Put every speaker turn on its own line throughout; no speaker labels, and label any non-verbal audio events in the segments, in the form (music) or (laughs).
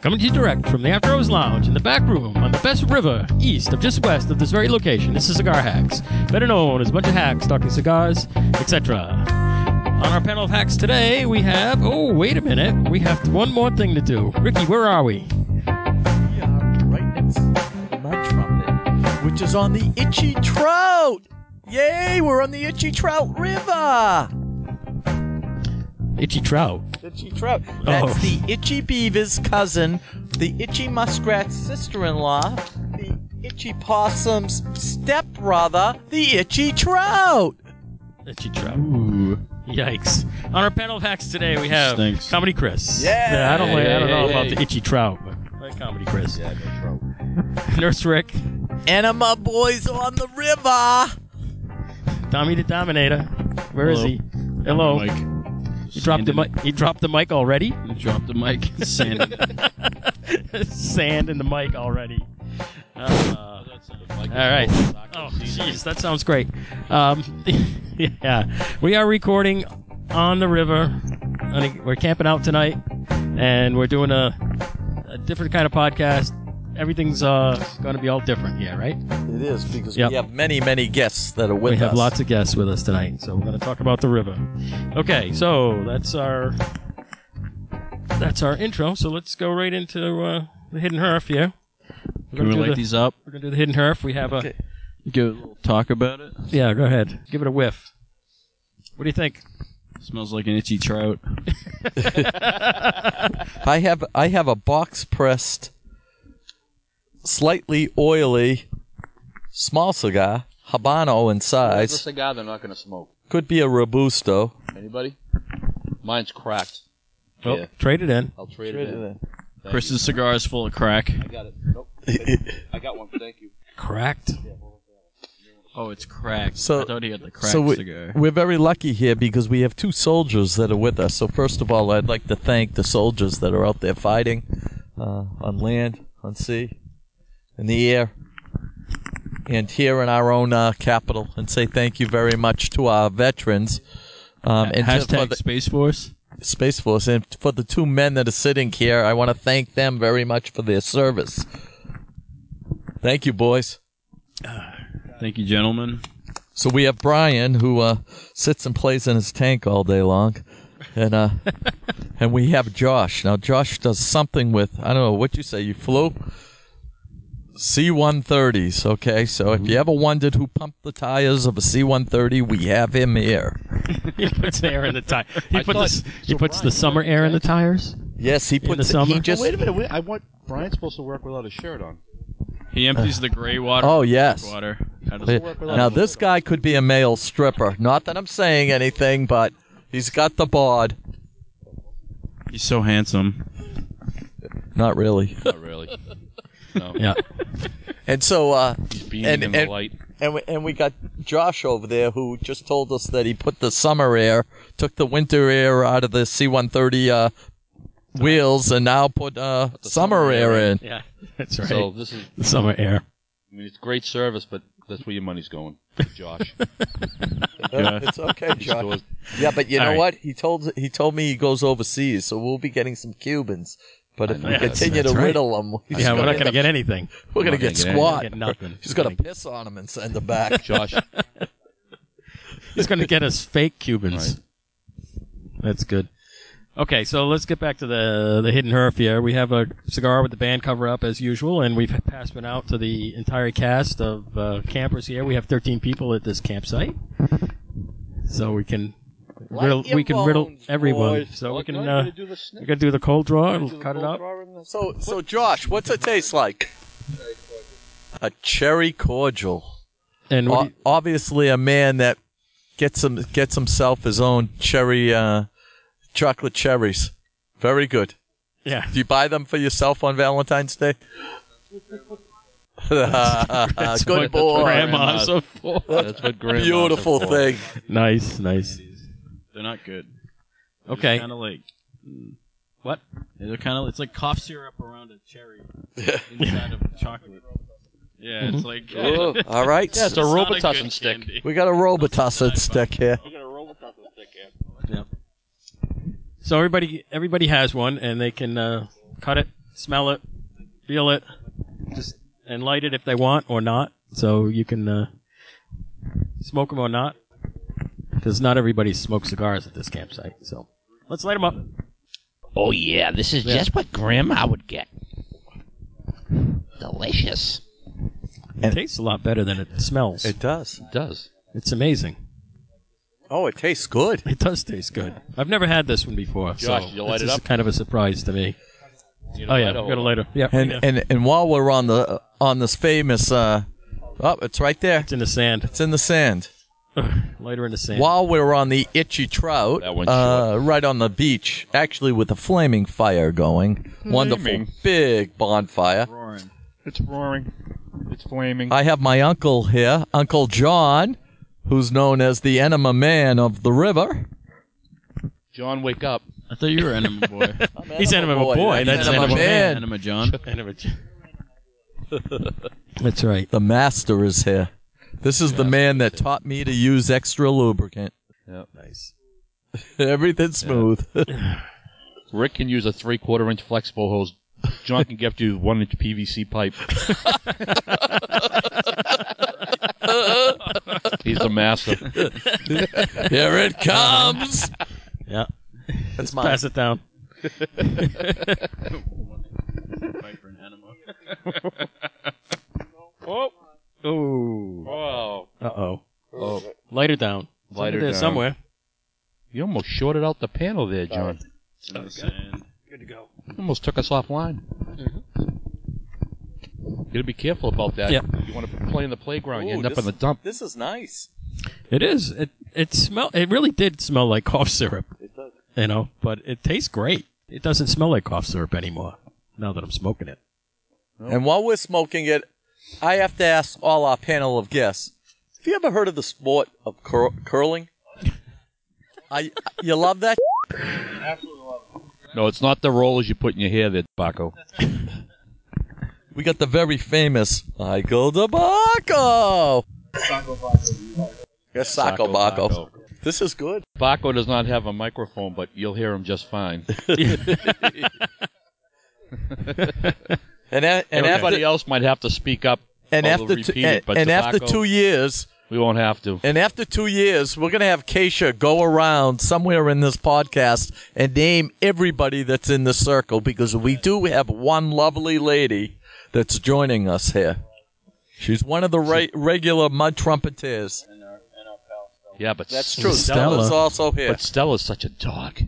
Coming to you direct from the After Hours Lounge in the back room on the best river east of just west of this very location. This is Cigar Hacks, better known as a bunch of hacks talking cigars, etc. On our panel of hacks today, we have. Oh, wait a minute. We have one more thing to do. Ricky, where are we?
We are right next to my trumpet, which is on the Itchy Trout. Yay, we're on the Itchy Trout River.
Itchy Trout.
Itchy Trout. That's
Oh.
the Itchy Beaver's cousin, the Itchy Muskrat's sister in law, the Itchy Possum's stepbrother, the Itchy Trout.
Itchy Trout.
Ooh.
Yikes. On our panel of hacks today, we have
Stinks.
Comedy Chris.
Yeah.
I don't, like, I don't know
Yay.
about the Itchy Trout, but I like Comedy Chris.
Yeah, no trouble.
(laughs) Nurse Rick.
And I'm my boys on the river.
Tommy the Dominator. Where is
Hello.
he? Hello.
Mike.
He dropped the mic. He dropped the mic already. (laughs)
You dropped the (laughs) mic. Sanded.
Sand in the mic already. Uh, all right. Oh, jeez, that sounds great. Um, (laughs) yeah, we are recording on the river. I think We're camping out tonight, and we're doing a, a different kind of podcast. Everything's uh, going to be all different here, right?
It is because
Yep.
we have many, many guests that are with
we
us.
have lots of guests with us tonight, so we're going to talk about the river. Okay, so that's our that's our intro. So let's go right into uh, the hidden herf here.
Can
We're gonna
we
do
light
the-
these up?
We're gonna do the hidden herf. We have a
Okay.
Give a little talk about it.
yeah. Go ahead, give it a whiff. What do you think?
Smells like an itchy trout.
I have I have a box pressed, slightly oily, small cigar, Habano in
It's a
size.
cigar they're not going to smoke.
Could be a Robusto.
Anybody? Mine's cracked.
Well,
Yeah.
Oh, trade it in.
I'll trade, it. In. Thank
Chris's cigar is full of crack.
you. I got it. Nope. I got one. Thank you.
Cracked.
Oh, it's cracked.
So-
I thought he had the crack
So we,
cigar.
we're very lucky here because we have two soldiers that are with us. So first of all, I'd like to thank the soldiers that are out there fighting uh, on land, on sea, in the air, and here in our own uh, capital, and say thank you very much to our veterans. Um, and to- for
Hashtag
the-
Space Force.
Space Force. And for the two men that are sitting here, I want to thank them very much for their service. Thank you, boys.
Thank you, gentlemen.
So we have Brian who uh, sits and plays in his tank all day long, and uh, (laughs) and we have Josh. Now Josh does something with I don't know what you say. You flew C-130s. Okay, so if you ever wondered who pumped the tires of a C-130, we have him here.
he puts (laughs) air in the tire. He
I
puts
thought-
the, s- he
so
puts the
Brian,
summer air in the tires.
Yes, he
the
puts he
summer?
Just,
just
wait a minute. Wait, I want Brian's supposed to work without a shirt on.
He empties the gray water.
oh,
(laughs)
yes.
Water. How does it work?
Now this guy could be a male stripper. Not that I'm saying anything, but he's got the bod.
He's so handsome.
Not really.
Not really. No.
Yeah.
And so, uh,
He's being
And-
in the
and-
light.
and we, and we got Josh over there who just told us that he put the summer air, took the winter air out of the C-130 uh, wheels, and now put uh,
the
summer,
summer
air
air
in.
Yeah. (laughs) That's right.
So this is.
the summer air.
I mean, it's great service, but that's where your money's going, Josh.
Uh, (laughs) it's okay, Josh.
Stores-
Yeah, but you
All
know
right.
what? He told he told me he goes overseas, so we'll be getting some Cubans. But if
know,
we
that's-
continue
that's
to
right.
whittle them, we're
Yeah, we're not gonna get anything.
(laughs) we're gonna
We're
get
not gonna get any-
squat.
Get nothing.
He's gonna piss on him and send him
(laughs)
back.
Josh.
He's going to get us fake Cubans. That's good. Okay, so let's get back to the the hidden herf here. We have a cigar with the band cover up as usual, and we've passed one out to the entire cast of uh, campers here. We have 13 people at this campsite, so we can riddle,
your
we can riddle
bones,
everyone.
boys.
So we
Look,
can
now
uh,
do the snip.
we're gonna do the cold draw
Do
and
the
cut it
full
up.
drawer and the-
So, so Josh, what's it taste like? A cherry cordial.
And what
O-
do you-
obviously, a man that gets him gets himself his own cherry uh, chocolate cherries. Very good.
yeah,
Do you buy them for yourself on Valentine's Day?
what
(laughs) good
the
boy.
grandmas are for.
That's what grandmas are
Beautiful
for.
thing.
nice, nice.
They're not good.
Okay,
Kind of like. mm, What? They're kind of. It's like cough syrup around a cherry inside of chocolate. Yeah, (laughs)
Mm-hmm.
it's like.
Oh.
All right.
Yeah, it's a
not a
Robitussin
good
stick.
candy.
we got a Robitussin stick here.
so everybody everybody has one, and they can uh, cut it smell it, feel it, just and light it if they want or not. So you can uh, smoke them or not, because not everybody smokes cigars at this campsite. So let's light them up.
Oh yeah, this is
Yeah.
just what Grandma would get. Delicious.
It tastes a lot better than it smells.
It does.
It does.
it's amazing.
Oh, it tastes good.
It does taste good. I've never had this one before.
Josh,
so
you light
this
it
is
up?
Kind of a surprise to me. Oh yeah, I've got a lighter. Yeah,
And
yeah.
and and while we're on the on this famous, uh, oh, it's right there.
it's in the sand. (laughs)
It's in the sand.
Lighter in the sand.
While we were on the itchy trout,
That one's
uh, right on the beach, actually with a flaming fire going, wonderful big bonfire.
Roaring.
It's roaring. It's
Uh,
flaming.
I have my uncle here, Uncle John, who's known as the enema man of the river.
John, wake up.
I thought you were
(laughs)
Enema Boy.
He's enema boy. boy. That's
enema
enema
man.
Enema
(laughs)
John.
Enema John. That's right.
The master is here. This is the man that taught me to use extra lubricant. (laughs)
Nice.
Everything's smooth. (laughs)
Rick can use a three-quarter inch flexible hose. John can get you one inch
(laughs)
PVC pipe. He's the master.
here it comes.
Yeah.
That's
Pass it down.
Piper and Enema.
Oh,
Oh.
wow.
Uh oh.
Oh,
Lighter down. It's
Lighter
under there
down.
somewhere.
you almost shorted out the panel there, John.
It's in the sand.
Good to go.
You almost took us offline.
Mm-hmm.
You gotta be careful about that.
Yep.
You want to play in the playground, you
Ooh,
end up
this-
in the dump.
(laughs) This is nice.
It is. It it smell. It really did smell like cough syrup. It does. You know, but it tastes great. It doesn't smell like cough syrup anymore. Now that I'm smoking it.
And while we're smoking it, I have to ask all our panel of guests: Have you ever heard of the sport of cur- curling? I you love that?
No, it's not the rollers you put in your hair there, Baco.
We got the very famous Michael DeBacco. Yes, Sacco Baco. This is good.
Baco does not have a microphone, but you'll hear him just fine.
And a- and
Everybody
after
else might have to speak up.
and
although
after two,
repeat
and,
it, but
and after
tobacco-
two years
We won't have to.
and after two years, we're gonna have Keisha go around somewhere in this podcast and name everybody that's in the circle because we do have one lovely lady that's joining us here. She's one of the re- regular mud trumpeters.
Yeah, but
That's
S-
true.
Stella.
Stella's also here.
But Stella's such a dog.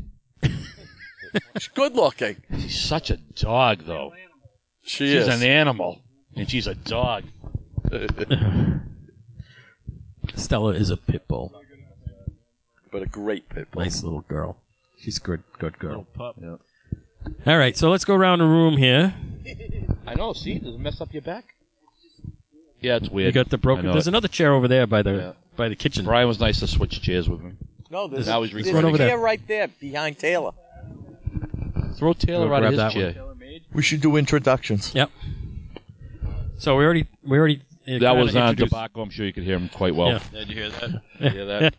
She's good looking.
She's such a dog, though.
She
She's
is.
an animal, and she's a dog.
Stella is a pit bull.
but a great pit bull.
Nice little girl. She's good. Good girl.
Pup.
All right. So let's go around the room here.
I know. See, does it mess up your back? Yeah, it's weird.
You got the broken.
I know
There's
it.
another chair over there by the
Yeah.
by the kitchen.
Brian was nice to switch chairs with me.
No, there's,
Now he's
there's
recording.
Right over
a chair
there.
right there behind Taylor.
Throw Taylor
Go
out of
grab
his
that one.
chair.
We should do introductions.
Yep. So we already we already uh,
That was
kinda
on
introduced-
tobacco. I'm sure you could hear him quite well.
Yeah.
Did you hear that?
You hear that?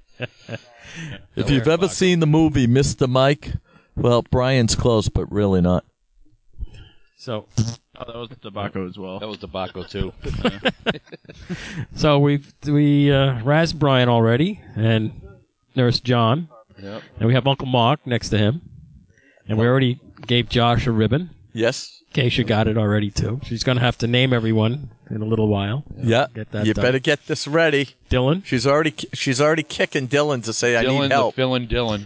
If you've ever seen the movie Mr. Mike, well, Brian's close, but really not.
So
Oh, that was tobacco as well.
That was
(laughs)
tobacco too.
so we we uh, razzed Brian already and Nurse John
Yep.
and we have Uncle Mark next to him and we already gave Josh a ribbon.
Yes.
Keisha got it already too. She's gonna have to name everyone in a little while.
Yeah.
Get that
you
done.
better get this ready.
Dylan,
She's already she's already kicking Dylan to say I
Dylan,
need
the
help.
villain, Dylan,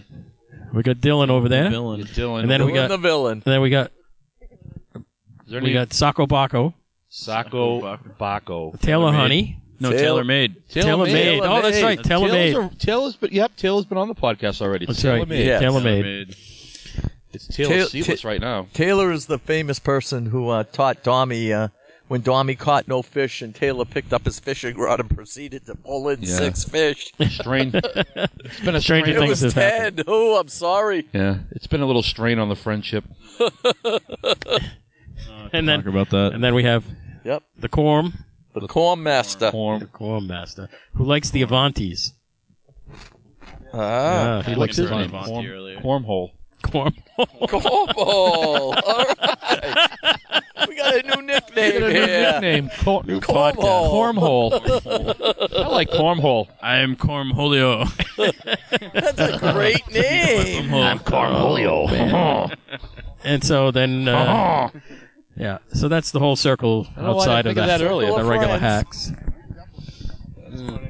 we got Dylan over there. And
You're
Villain.
Dylan.
And then
Dylan
we got-
the villain.
then we got
Is there
we
any
got Sako Bako,
Sacco
Sacco
Baco.
Taylor Honey,
No,
Taylor-
Taylor Made.
Taylor Made. Oh, that's right, Taylor Made.
Taylor's, a- Taylor's been, yep, Taylor's been on the podcast already. It's
That's
Taylor
right.
Made.
Yeah.
Taylor Made.
Made.
It's Taylor
Tail-
Seedless
ta-
(laughs)
right now.
Taylor is the famous person who uh, taught Dommy uh, when Dommy caught no fish and Taylor picked up his fishing rod and proceeded to pull in
Yeah.
six fish.
Strain. it's been
Stranger
a strain.
It
Things
was
has happened.
Ted. Oh, I'm sorry.
Yeah, it's been a little strain on the friendship.
and
Talk
then
about that.
and then we have
Yep.
the Quorum,
The corn master.
the Quorum Master, who likes the Avantis.
Ah. (laughs)
Yeah, he likes his
Brian
name.
Von Vontier earlier.
Cormhole.
Quorum.
(laughs) Cornball. All right. got a new nickname
Get a new
here.
nickname. Cor-
(laughs)
Cornhole.
Cormhole. I like Cormhole.
I am Cornholio.
That's
(laughs)
a great name.
I'm Cornholio.
And so then, uh, yeah. So that's the whole circle
Oh, I don't know why I
outside
didn't
of
think
that.
of that earlier.
the
We're
regular
friends.
hacks.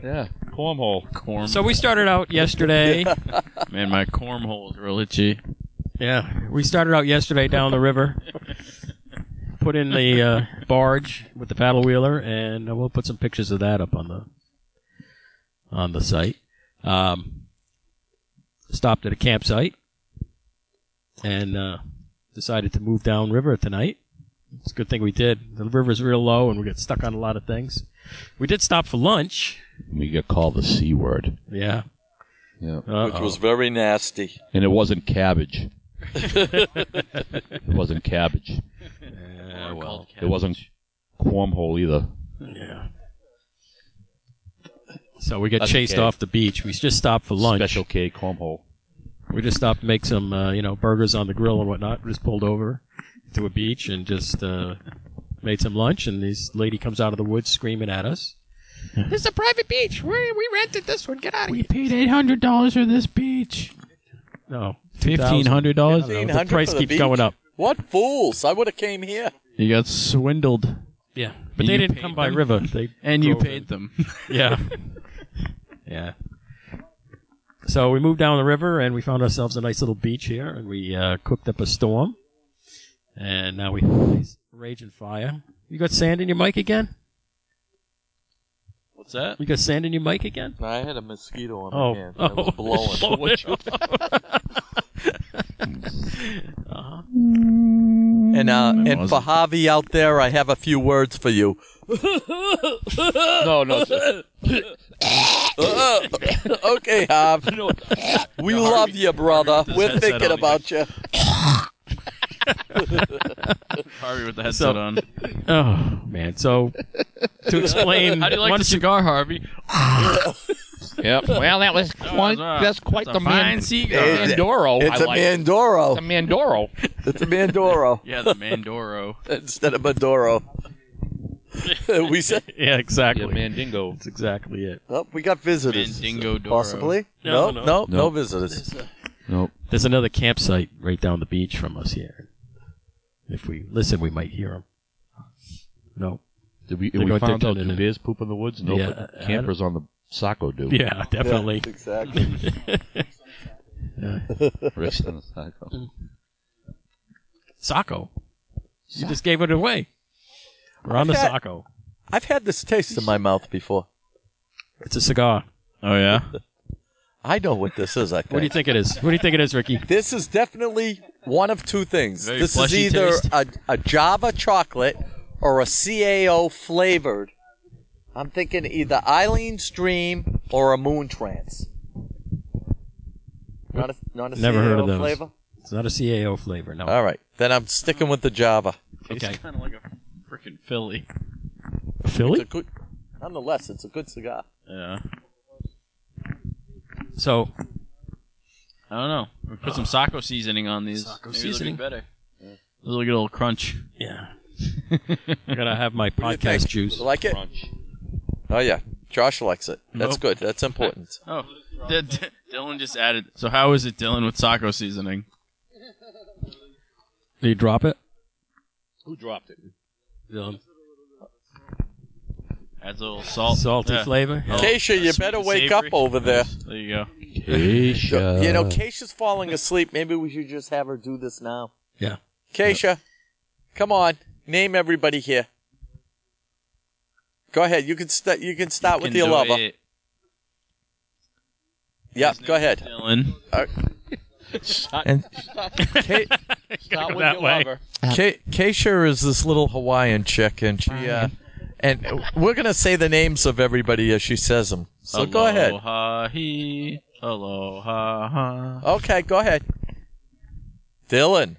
Yeah, Cormhole.
Corn.
So we started out yesterday.
Man, my cornhole is real itchy.
yeah, we started out yesterday down the river. Put in the uh, barge with the paddle wheeler, and uh, we'll put some pictures of that up on the on the site. Um, stopped at a campsite and uh, decided to move down river tonight. It's a good thing we did. The river's real low, and we got stuck on a lot of things. We did stop for lunch.
We got called the C word.
Yeah.
Yeah.
Uh-oh.
Which was very nasty.
And it
(laughs)
wasn't cabbage. it wasn't cabbage.
Yeah, Oh, well,
It wasn't Cormhole either.
yeah. So we got
That's
chased
okay.
off the beach. We just stopped for lunch.
Special K Cormhole.
We just stopped to make some, uh, you know, burgers on the grill and whatnot. We just pulled over to a beach and just uh, made some lunch. And this lady comes out of the woods screaming at us.
this is a private beach. We, we rented this one. Get out of here.
paid eight hundred dollars for this beach.
No,
Fifteen hundred dollars.
$1,500. The
$1,500
price
for the
keeps
beach?
going up.
What fools! I would have came here.
You got swindled,
Yeah, but
And
they
you
didn't
paid
come by
them?
river. They
and you
drove in.
paid them.
Yeah. (laughs) yeah. So we moved down the river and we found ourselves a nice little beach here and we uh, cooked up a storm. And now we have a nice raging fire. You got sand in your mic again?
What's that?
You got sand in your mic again?
I had a mosquito on
Oh.
my hand.
(laughs) oh.
It was blowing.
(laughs) uh-huh.
And uh, and for Javi out there, I have a few words for you.
No, no. it's-
Uh, okay, (laughs) Jav.
no,
We love you, brother. We're
headset
thinking
on.
about you.
(laughs) Harvey with the headset
So-
on.
Oh, man. So
(laughs)
to explain.
How do you like the
once you-
cigar, Harvey?
Yep.
Well, that was quite,
a-
that's quite
that's
the
a
man,
fine cigar.
It's a,
Mandoro.
it's
I
a
like.
Mandoro.
the Mandoro.
It's a Mandoro
Yeah, the Mandoro.
instead of Maduro. we said,
Yeah, exactly.
Yeah, Mandingo.
That's exactly it.
oh, we got visitors.
Mandingo Doro.
Possibly?
No,
no,
no.
no,
No.
visitors.
Nope.
There's another campsite right down the beach from us here. If we listen, we might hear them. No.
Did we,
They're
we
going
found
to
out
turn it
do
in.
bears poop in the woods? No,
Yeah,
but
I- I
campers on the Saco do.
Yeah, definitely.
Yeah, exactly.
Rest on the
(laughs)
Saco.
(laughs) Socko. You just gave it away. We're on the
Okay.
Socko.
I've had this taste in my mouth before.
It's a cigar.
Oh yeah.
I know what this is, I think.
What do you think it is? What do you think it is, Ricky?
This is definitely one of two things.
Very
this is
fleshy
either
taste.
a, a Java chocolate or a CAO flavored. I'm thinking either Eileen's Dream or a Moon Trance. Not a, not a
Never
CAO
heard of those.
flavor?
It's not a CAO flavor. No.
All right. Then I'm sticking with the Java.
Okay.
Kind of like a freaking Philly.
It's a
Philly?
good, nonetheless, it's a good cigar.
Yeah.
So,
I don't know. We put some Saco seasoning on these. Saco
seasoning.
better. It'll get a little crunch.
yeah. (laughs) I'm going to have my
What do you
podcast
think?
juice.
You like it? Oh, yeah. Josh likes it. That's
Nope.
good. That's important.
(laughs) Oh, D- D- Dylan just added. So how is it, Dylan, with Saco seasoning?
Did you drop it?
Who dropped it?
Adds a little salt.
Salty
Yeah.
flavor? Yeah.
Keisha, you
Sweet
better
and
wake up
savory.
over there.
There you go.
Keisha.
You know, Keisha's falling asleep. Maybe we should just have her do this now.
Yeah.
Keisha, come on. Name everybody here. Go ahead. You can start. You can start with
Can
your
do
lover.
it,
Yep. Go ahead.
Dylan.
Uh, and Ke-
Not with
that
your
way.
lover.
Ke- Keisha is this little Hawaiian chick, and she uh, and we're gonna say the names of everybody as she says them. So go ahead.
Aloha he. Aloha ha.
Okay, go ahead. Dylan.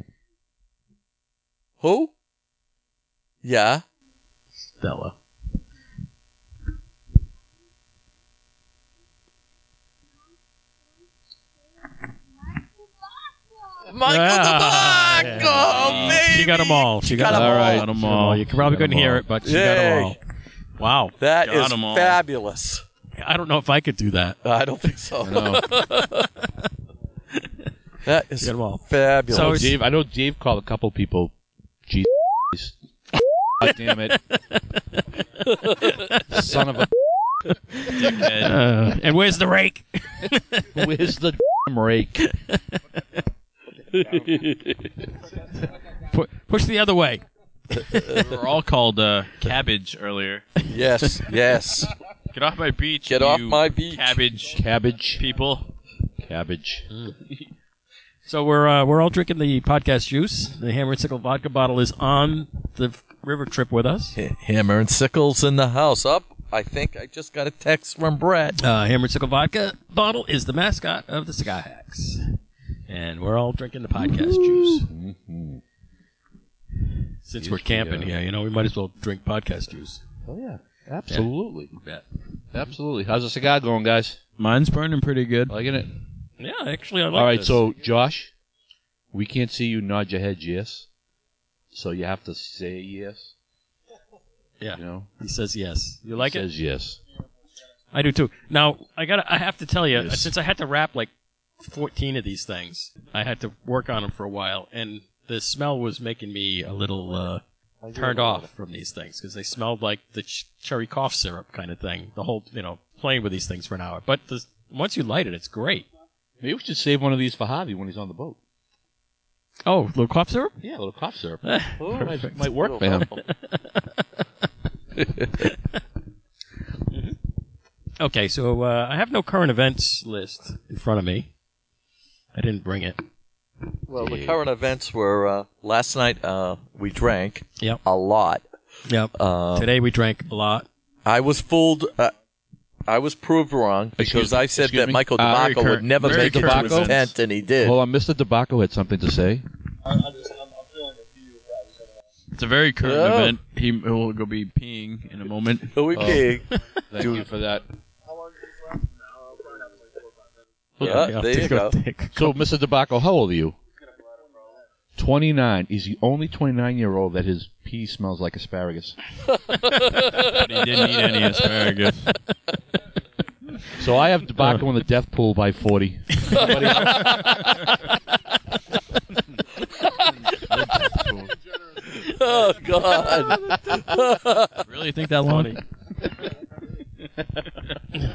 Who? Yeah.
Stella.
Michael
Ah, Ah,
DeMarco, baby! Oh,
She got them all. She got,
got 'em
them
all.
all.
Got
She got 'em all. You probably couldn't hear it, but she got 'em
Yay.
all. Wow.
That
Got
is
'em all.
fabulous.
I don't know if I could do that.
I don't think so.
No.
(laughs) that is
Got 'em all.
fabulous.
So it's-
Dave, I know Dave called a couple people. Jesus. (laughs) God damn it. (laughs) Son of a.
Uh, and where's the rake?
Where's the damn rake?
Pu- push the other way.
we (laughs) were all called uh, cabbage earlier.
yes,
(laughs)
yes.
Get off my beach.
Get off
you
my beach.
Cabbage
Cabbage.
people.
Cabbage.
So we're uh, we're all drinking the podcast juice. The hammer and sickle vodka bottle is on the f- river trip with us.
Ha- Hammer and sickles in the house. Up. I think I just got a text from Brett.
Uh, hammer and sickle vodka bottle is the mascot of the Sky Hacks, and we're all drinking the podcast juice.
Mm-hmm.
Since we're camping here, you know, we might as well drink podcast juice.
Oh, yeah. Absolutely. Absolutely. How's the cigar going, guys?
Mine's burning pretty good.
Liking it?
Yeah, actually, I like
All right,
this.
so Josh, we can't see you nod your head yes, so you have to say yes.
Yeah.
you know,
he says yes. You like it?
says yes.
I do too. Now I got. to I have to tell you,
Yes.
since I had to wrap like fourteen of these things, I had to work on them for a while, and the smell was making me a little uh, turned off from these things because they smelled like the ch- cherry cough syrup kind of thing. The whole, you know, playing with these things for an hour. But the, once you light it, it's great.
Maybe we should save one of these for Javi when he's on the boat.
Oh, little cough syrup.
Yeah, a little cough syrup
Eh,
might, might work for him.
okay, so uh, I have no current events list in front of me. I didn't bring it.
Well, the current events were uh, last night uh, we drank
Yep.
a lot.
Yep.
Uh,
Today we drank a lot.
I was fooled. Uh, I was proved wrong because
Excuse-
I said
excuse
that
me?
Michael
Uh,
DeMarco
very
would never
very
make it to his
current events.
tent, and he did.
Hold on, Mr. DeBacco uh, had something to say.
It's a very current
Yeah.
event. He will go be peeing in a moment.
Who we
Oh. (laughs)
pig?
Thank
Dude.
you for that.
Yeah,
Yeah,
there you
take
go.
a- take a-
So, Mr. DeBacco, how old are you? Twenty-nine. He's the only twenty-nine-year-old that his pee smells like asparagus.
But he didn't eat any
(laughs)
asparagus.
So I have DeBacco in the death pool by forty. Anybody else?
(laughs) Oh God,
Really think that long?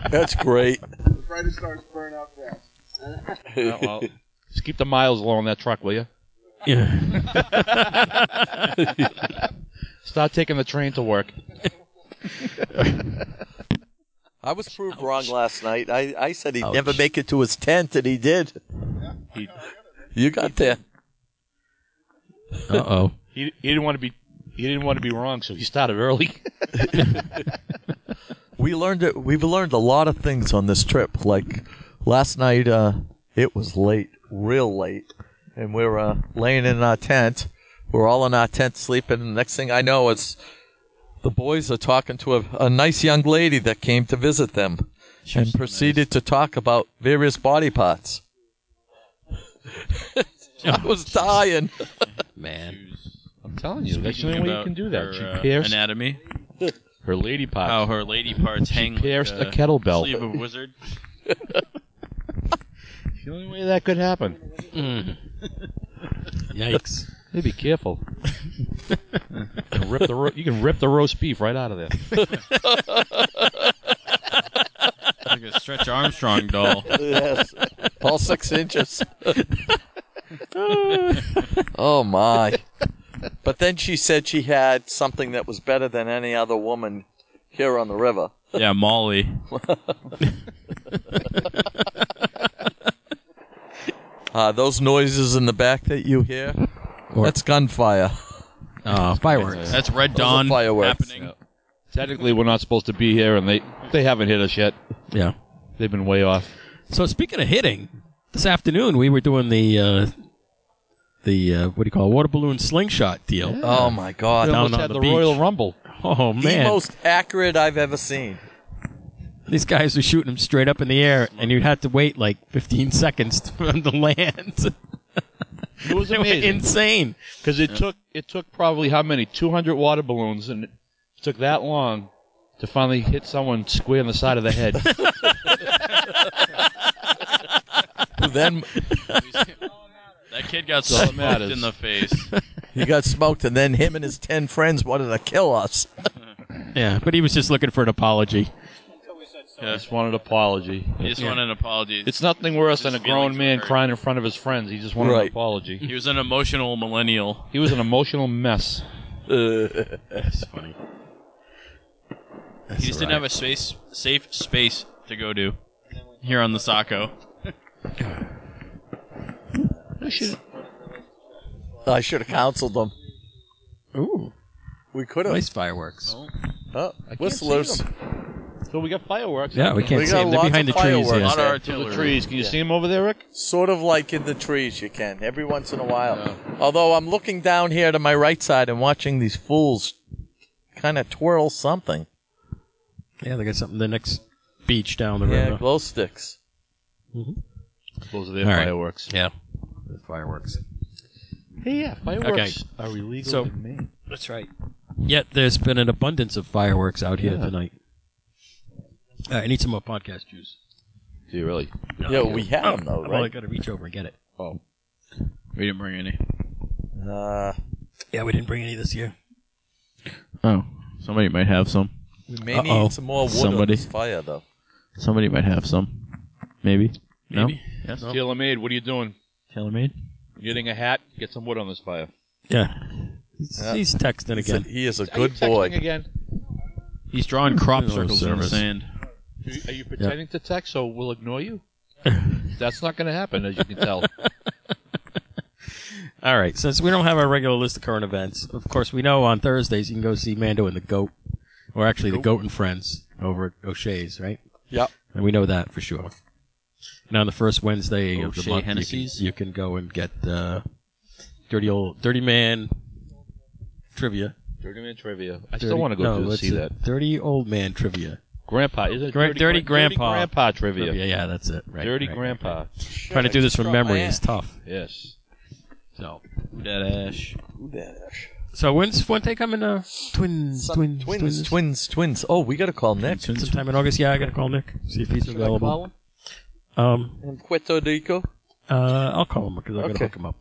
that's great.
brightest stars burn out fast.
Oh, well, just keep the miles low on that truck, will you?
(laughs) Yeah.
Stop taking the train to work.
I was proved wrong last night. I, I said he'd never make it to his tent, and he did. you got there.
Uh oh.
He, he didn't want to be he didn't want to be wrong, so he started early.
We learned it. We've learned a lot of things on this trip. Like last night, uh, it was late, real late, and we were uh, laying in our tent. We're all in our tent sleeping. And the next thing I know, it's the boys are talking to a, a nice young lady that came to visit them, and proceeded to talk about various body parts. (laughs) I was dying.
Man.
I'm telling you, that's the
Speaking
only way you
about
can do that.
her,
she
uh,
pierced
anatomy.
her lady pot.
How her lady parts hang.
pierced
like
a kettlebell.
Sleeve of a wizard.
the only way that could happen. (laughs)
Yikes.
Hey, be careful. you, can rip the ro- you can rip the roast beef right out of there.
like a Stretch Armstrong
(laughs)
doll.
(laughs) yes, all six inches. (laughs) oh my! But then she said she had something that was better than any other woman here on the river.
Yeah, Molly.
Uh, those noises in the back that you hear—that's gunfire.
Uh, fireworks.
That's Red
are
Dawn
fireworks.
happening.
Technically, we're not supposed to be here, and they they haven't hit us yet.
Yeah.
They've been way off.
So speaking of hitting, this afternoon we were doing the uh, the uh, what do you call it? water balloon slingshot deal?
Oh my God!
They
Down
almost
on
had
the
the,
beach.
Royal Rumble.
Oh
the
uh, man,
most accurate I've ever seen.
these guys were shooting them (laughs) straight up in the air, and you had to wait like 15 seconds for them to land.
It (laughs) was
(laughs) They went
amazing
insane.
because it took it took probably how many 200 water balloons, and it took that long to finally hit someone square in the side of the (laughs) head.
Who then
That kid got
all that
smoked
matters.
in the (laughs) face.
he got smoked, and then him and his ten friends wanted to kill us.
Yeah, but he was just looking for an apology.
I just want an apology.
He just wanted an apology.
It's nothing worse than a
His feelings
grown man
were hurt.
crying in front of his friends. He just wanted an
Right.
apology.
he was an emotional millennial.
He was an emotional mess.
He just didn't have a space, safe space to go to here on the Saco.
I should have counseled them.
Ooh,
We could have.
nice fireworks.
Oh, whistlers.
So we got fireworks.
Yeah, we can't
We
see
got
them. They're
lots
behind the
of
trees.
fireworks.
Yeah.
Not our
Through the
artillery.
trees. Can you see him over there, Rick?
Sort of like in the trees, you can every once in a while. Although I'm looking down here to my right side and watching these fools kind of twirl something.
Yeah, they got something. The next beach down the
Yeah,
river.
glow sticks.
Those are their
All right.
fireworks.
Yeah, the fireworks.
Hey, yeah, fireworks are illegal
So-
in Maine.
That's right. Yet there's been an abundance of fireworks out here tonight. All right, I need some more podcast juice.
Do you really?
yeah, we had them though,
Well, I
right?
got to reach over and get it.
Oh,
We didn't bring any.
Uh,
Yeah, we didn't bring any this year.
Oh, somebody might have some.
we may
Uh-oh.
need some more wood on
Somebody.
this fire though.
Somebody might have some. Maybe.
Maybe.
No. Yes.
Taylor made. What are you doing?
Taylor made.
Getting a hat. Get some wood on this fire.
Yeah. He's,
Yeah.
he's texting
He's a-
again.
he is a
Are you
good
texting
boy.
Again?
He's drawing crop
circles in the
sand.
Are you- Are you pretending to text so we'll
(laughs)
ignore you? That's not going to happen, as you can tell.
All right, since we don't have our regular list of current events, of course, we know on Thursdays you can go see Mando and the Goat, or actually the Goat and Friends over at O'Shea's, right?
Yep.
And we know that for sure. And on the first Wednesday of the
O'Shea
month, you can,
Hennessy's?
you can go and get uh, dirty old dirty man trivia.
(laughs) Dirty Man Trivia. I
Dirty-
still want to go
no,
to
it's
see
a
that.
dirty old man trivia.
Grandpa, isn't it?
Gra- Dirty Grandpa.
Dirty Grandpa Trivia.
Yeah, yeah, that's it. Right,
Dirty
right.
Grandpa.
Trying to do this from
Shit, I just
memory
dropped
is tough.
Yes.
So,
Dead ash.
my hand. Ooh, that-
so when's Fuente coming? Uh, twins,
Some-
twins,
twins, twins, twins, Oh, we got to call Nick.
Sometime in August. Yeah, I gotta call Nick see if he's available. Um,
In Puerto Rico.
uh, I'll call him because I gotta
Okay.
hook him up.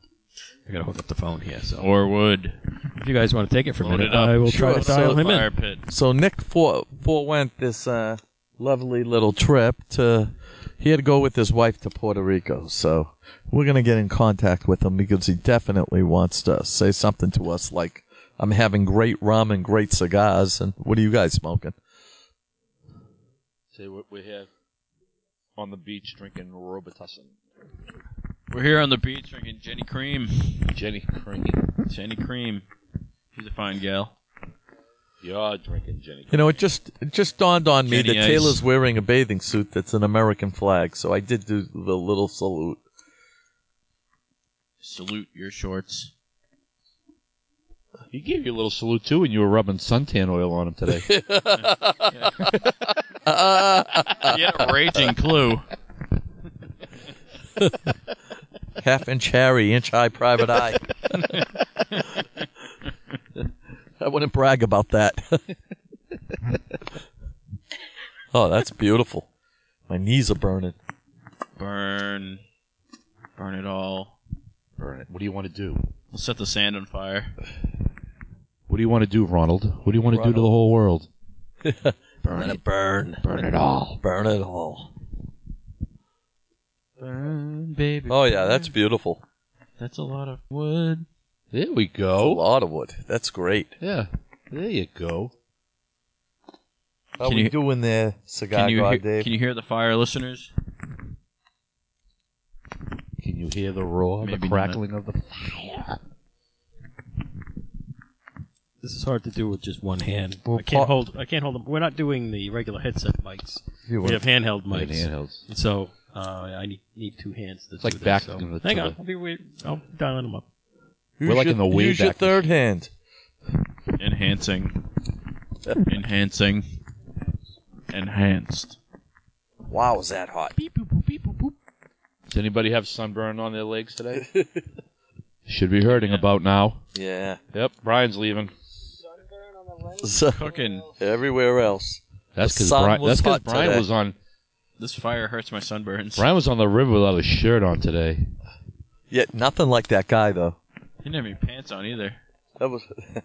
I gotta hook up the phone here. So,
Or wood.
if you guys want to take it for a
Load
minute,
it up.
I will try
Sure.
to dial
So-
him
Fire
in.
pit.
So Nick for forewent this uh, lovely little trip to. He had to go with his wife to Puerto Rico, so we're gonna get in contact with him because he definitely wants to say something to us like, "I'm having great rum and great cigars, and what are you guys smoking?"
Say what we have on the beach drinking Robitussin.
We're here on the beach drinking Jenny Cream.
Jenny drinking.
Jenny Cream. She's a fine gal.
You're drinking Jenny.
You know, it just it just dawned on me
Jenny
that
Ice.
Taylor's wearing a bathing suit that's an American flag, so I did do the little salute.
Salute your shorts.
He gave you a little salute too, and you were rubbing suntan oil on
(laughs)
him today.
He had a raging clue.
Half inch Harry, inch high private (laughs) eye. I wouldn't brag about that. (laughs) oh, that's beautiful. My knees are (laughs) burning.
Burn. Burn it all.
Burn it. What do you want to do?
We'll set the sand on fire.
What do you want to do, Ronald? What do you want to do to the whole world?
Burn it, burn.
Burn it all.
Burn it all.
Burn, baby.
Oh, yeah, that's beautiful.
That's a lot of wood.
There we
A
go.
lot of wood. That's great.
Yeah. There you go.
How
Can
we
you-
doing there, Cigar
Can you,
God
hear,
Dave?
can you hear the fire, listeners?
Can you hear the roar,
Maybe
the
not.
crackling of the?
This is hard to do with just one hand.
Well,
I can't
pa-
hold. I can't hold them. We're not doing the regular headset mics.
You
We
were-
have handheld mics.
handhelds.
So uh, I need, need two hands to do
like
this,
back
so.
in the-
Hang
to
on,
the-
I'll be weird. I'll dial them up.
Use
We're like
your-
in the way
Use your
back
third hand.
Enhancing. Enhancing. Enhanced.
Wow, is that hot? (laughs)
Does anybody have sunburn on their legs today? Should be hurting about now.
Yeah.
Yep, Brian's leaving.
(laughs) So,
Cooking.
everywhere else.
That's
The
because
sun
Brian.
was
That's because
hot
Brian
today.
was on.
This fire hurts my sunburns.
Brian was on the river without his shirt on today.
Yet nothing like that guy though.
He didn't have any pants on either.
That was. (laughs)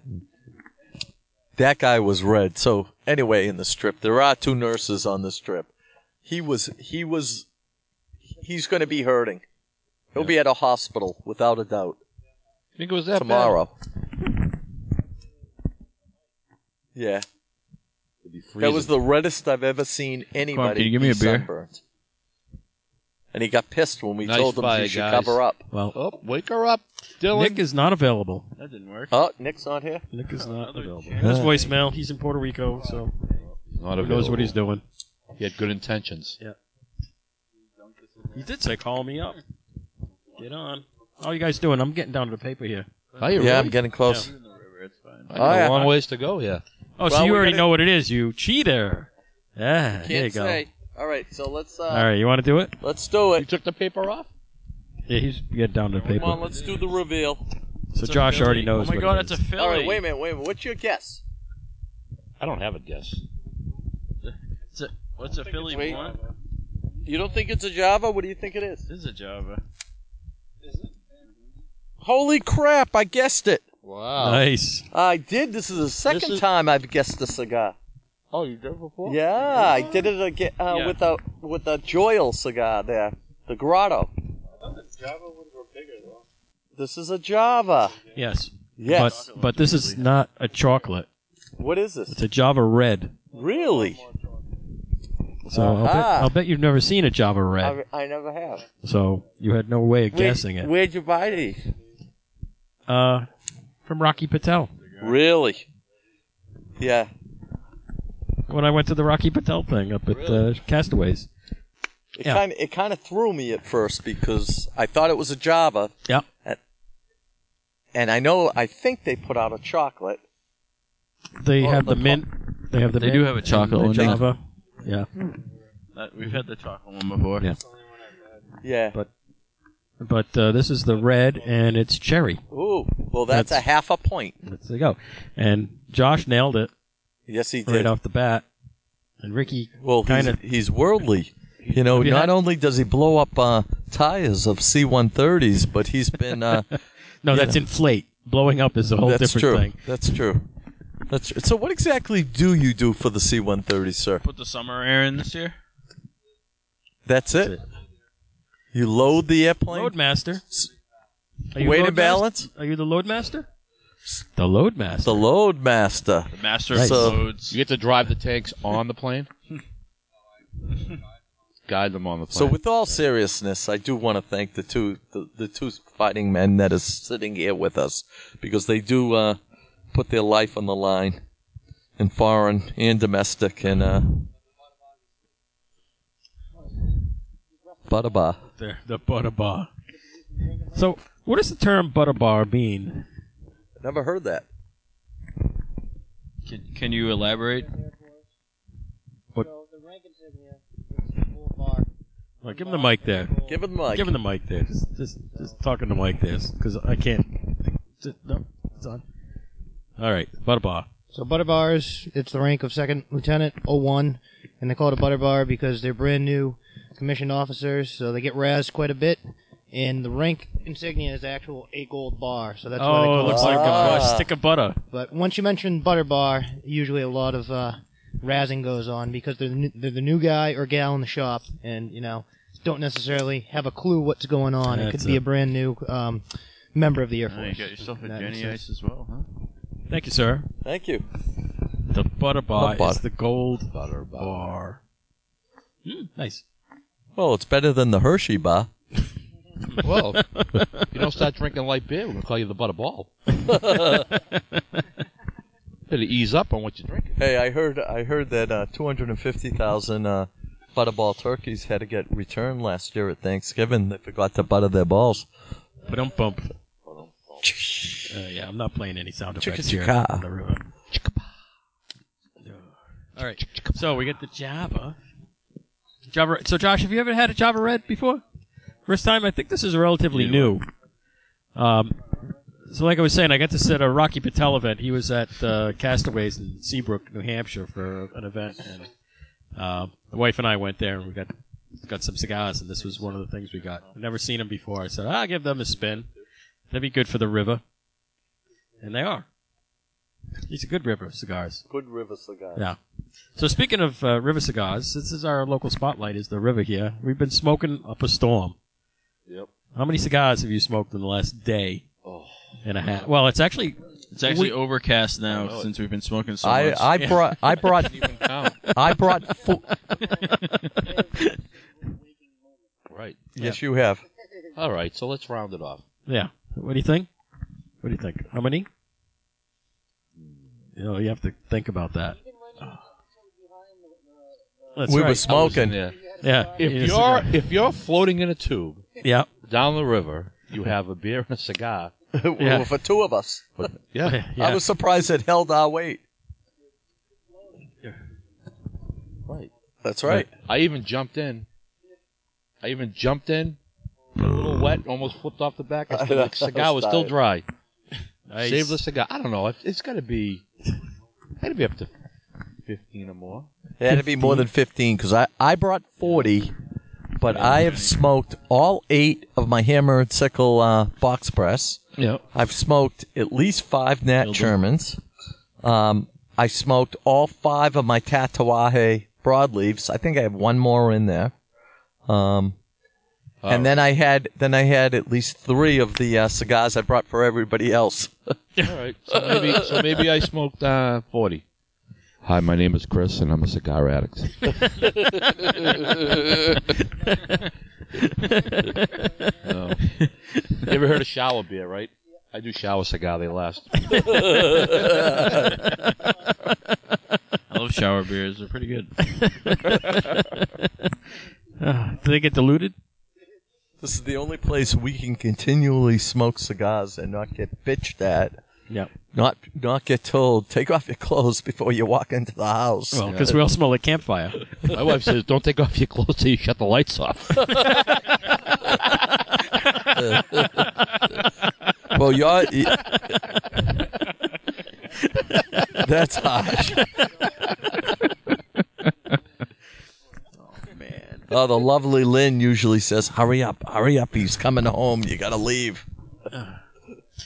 that guy was red. So anyway, in the strip, there are two nurses on the strip. He was. He was. He's going to be hurting. He'll be at a hospital without a doubt
Think it was that bad?
tomorrow. Yeah,
It'd be freezing.
that was the reddest I've ever seen anybody.
can you give me
be
a beer?
sunburned. And he got pissed when we
Nice
told him
fire,
he should
guys.
cover up.
Well,
Oh, wake her up, Dylan.
Nick is not available.
That didn't work.
Oh, Nick's not here.
Nick is not available. That's voicemail. He's in Puerto Rico, so
Not
who knows what he's doing.
He had good intentions.
He did say, "Call me up." Get on. How you guys doing? I'm getting down to the paper here.
Are you
yeah,
really?
I'm getting close.
Yeah.
I got
Oh, yeah.
a long ways to go here.
Oh, so
Well,
you
we
already
gotta-
know what it is, you cheater. Yeah, Ah, there you
Can't
go.
say. All right, so let's uh,
All right, you want to do it?
let's do
You
it.
took the paper off.
Yeah, he's get down to the
Come on,
paper.
let's do the reveal.
So Josh already knows.
Oh my
what
god,
it
that's a
is.
Philly.
All right, wait a minute, wait a minute. What's your guess?
I don't have a guess.
It's a- what's a Philly
wait.
blunt?
You don't think it's a Java? What do you think it is?
This is a Java.
Holy crap! I guessed it.
Wow.
nice.
I did. This is the second
is-
time I've guessed a cigar.
Oh, you did before?
Yeah, I did it again uh,
Yeah.
with a with a Joyal cigar there, the Grotto. This is a Java.
Yes.
Yes.
But but this is not a chocolate.
what is this?
It's a Java Red.
Really?
So I'll, bet,
Ah.
I'll bet you've never seen a Java Red.
I, I never have.
So you had no way of
Where-
guessing it.
Where'd you buy these?
Uh, from Rocky Patel.
Really? Yeah.
When I went to the Rocky Patel thing up at uh, Castaways.
It
Yeah.
kind of it kind of threw me at first because I thought it was a Java,
Yeah.
and I know I think they put out a chocolate.
They
Oh,
have
the
the,
pop-
mint. They have the.
They
mint
do have a chocolate
and
one,
the
yeah.
Java. Yeah,
That, we've had the chocolate one before.
Yeah.
Yeah.
But- but uh, this is the red and it's cherry.
Ooh. Well, that's,
That's-
a half a point.
Let's go. And Josh nailed it
Yes, he did.
right off the bat. And Ricky,
Well,
kind
he's, he's worldly. You know,
Have you
not
had-
only does he blow up uh, tires of C-130s, but he's been. Uh,
no, that's inflate. Blowing up is a (laughs) whole
that's
different
true.
thing.
That's true. That's true. So, what exactly do you do for the C-130, sir?
Put the summer air in this year.
That's it. You load the airplane.
Loadmaster. Are you
Weight and
Loadmas-
balance?
Are you the loadmaster? The loadmaster.
The load master.
The master
Right.
So-
loads.
You get to drive the tanks on
(laughs)
the plane. Guide them on the plane.
So, with all seriousness, I do want to thank the two the, the two fighting men that is sitting here with us because they do uh, put their life on the line, in foreign and domestic, and uh, bada ba.
the, the butter bar. So, what does the term butter bar mean?
Never heard that.
Can, can you elaborate?
Well, give him the mic there.
Give it the mic.
Give him the mic there. Just, just, just talking to Mike there, because I can't. Just, no, it's on. All right, butter bar.
So butter bars, it's the rank of second lieutenant, 01, and they call it a butter bar because they're brand new commissioned officers, so they get razzed quite a bit. And the rank insignia is the actual eight gold bar, so that's why they
oh, it
call it.
looks
butter
like a
bar.
bu- stick of butter.
But once you mention butter bar, usually a lot of uh, razzing goes on because they're the, new, they're the new guy or gal in the shop, and you know don't necessarily have a clue what's going on. it
That's
could be
it.
a brand new um, member of the Air
Oh, you
Force.
got yourself a
That
Jenny
makes
Ice as well, huh?
Thank you, sir.
Thank you.
The butter bar
The butter-
is the gold butter bar. Hmm, nice.
Well, it's better than the Hershey bar.
Well, if you don't start drinking light beer, we're gonna call you the butter ball. Better ease up on what you're drinking.
Hey, I heard I heard that uh, 250,000 uh, butterball turkeys had to get returned last year at Thanksgiving. They forgot to butter their balls.
But um bump. Uh, yeah, I'm not playing any sound effects here
Chicka-chicka.
on the river. All right, so we get the Java. Java. So, Josh, have you ever had a Java Red before? First time. I think this is relatively new. Um, so like I was saying, I got to sit a Rocky Patel event. He was at uh, Castaways in Seabrook, New Hampshire, for an event, and uh, the wife and I went there, and we got got some cigars, and this was one of the things we got. I've never seen them before. I said, I'll give them a spin. That'd be good for the river, and they are. These are good river cigars.
Good river cigar.
Yeah. So speaking of uh, river cigars, this is our local spotlight. Is the river here? We've been smoking up a storm.
Yep.
How many cigars have you smoked in the last day
Oh.
and a half? Well, it's actually (laughs)
It's actually overcast now since we've been smoking so
I,
much.
I brought I brought
(laughs) Count.
I brought four.
Right.
Yes, you have.
All right. So let's round it off.
yeah. What do you think? What do you think? How many?
Hmm.
You know, you have to think about that.
Ah.
That's
we
right.
were smoking.
Yeah.
Yeah.
If
Yes,
you're if you're floating in a tube
Yeah.
down the river, you have a beer and a cigar.
(laughs)
Yeah.
For two of us.
Yeah.
(laughs) Yeah.
I was surprised it held our weight.
Right.
That's right.
I even jumped in. I even jumped in. A little wet, almost flipped off the back. I still, the cigar was still dry.
Nice.
Save the cigar. I don't know. It, it's got to be. Got to be up to fifteen or more.
It had to be more than 15 because I, I brought 40, but I have smoked all eight of my hammer and sickle uh, box press.
Yeah.
I've smoked at least five Nat Shermans. Um, I smoked all five of my Tatawahe broadleaves. I think I have one more in there. Um, and
oh.
then I had then I had at least three of the uh, cigars I brought for everybody else.
All right. So maybe, so maybe I smoked uh, 40. Hi, my name is Chris, and I'm a cigar (laughs) addict. no. You ever heard of shower beer, right? I do shower cigar. They last.
I love shower beers; they're pretty good.
Uh, (laughs) do they get diluted?
This is the only place we can continually smoke cigars and not get bitched at.
Yeah.
Not not get told, take off your clothes before you walk into the house.
Well, because we all smell like campfire.
My wife says, "Don't take off your clothes till you shut the lights off."
(laughs) well you're y- (laughs) That's harsh. oh man. Oh the lovely Lynn usually says, Hurry up, hurry up, he's coming home, you gotta leave.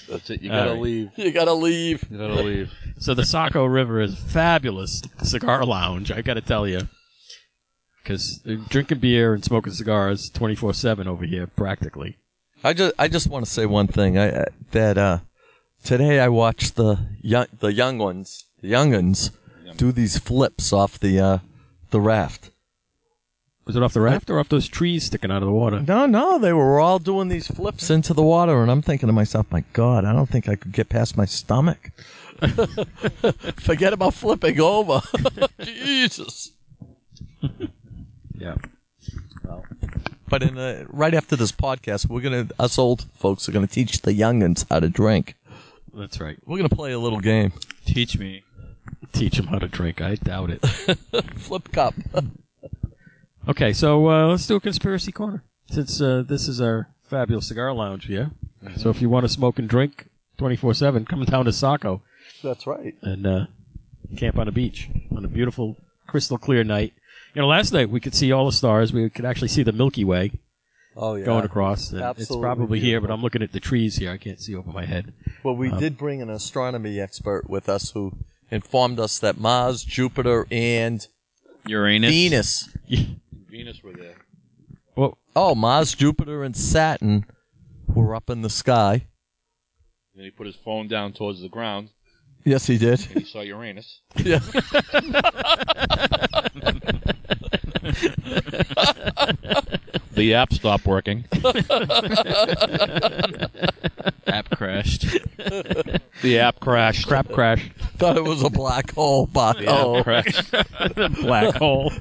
That's it. You gotta
All right.
leave.
You gotta leave.
You gotta leave.
So the Saco River is fabulous cigar lounge. I got to tell you, because drinking beer and smoking cigars twenty four seven over here practically.
I just I just want to say one thing. I, I that uh, today I watched the young the young ones the youngins do these flips off the uh, the raft.
Was it off the raft or off those trees sticking out of the water?
No, no, they were all doing these flips into the water, and I'm thinking to myself, my God, I don't think I could get past my stomach. (laughs) Forget about flipping over. (laughs) Jesus.
Yeah.
But in uh right after this podcast, we're gonna us old folks are gonna teach the youngins how to drink.
That's right.
We're gonna play a little game.
Teach me.
Teach them how to drink. I doubt it.
(laughs) Flip cup.
okay, so uh, let's do a conspiracy corner since uh, this is our fabulous cigar lounge here.
Mm-hmm.
So if you want to smoke and drink twenty four seven, come down to Saco.
That's right.
and uh, camp on a beach on a beautiful, crystal clear night. You know, last night we could see all the stars. We could actually see the Milky Way
(laughs) Oh yeah.
going across. And it's
absolutely
probably here, but I'm looking at the trees here. I can't see over my head. (laughs)
Well, we did bring an astronomy expert with us who informed us that Mars, Jupiter, and
Uranus.
Venus.
Venus were there.
Oh, Mars, Jupiter, and Saturn were up in the sky.
Then he put his phone down towards the ground,
Yes, he did.
and he saw Uranus.
(laughs) yeah.
The app
(laughs)
stopped working.
App crashed.
The app crashed.
Crap crash,
Thought it was a black hole, but (laughs) oh,
crashed.
(laughs) black hole.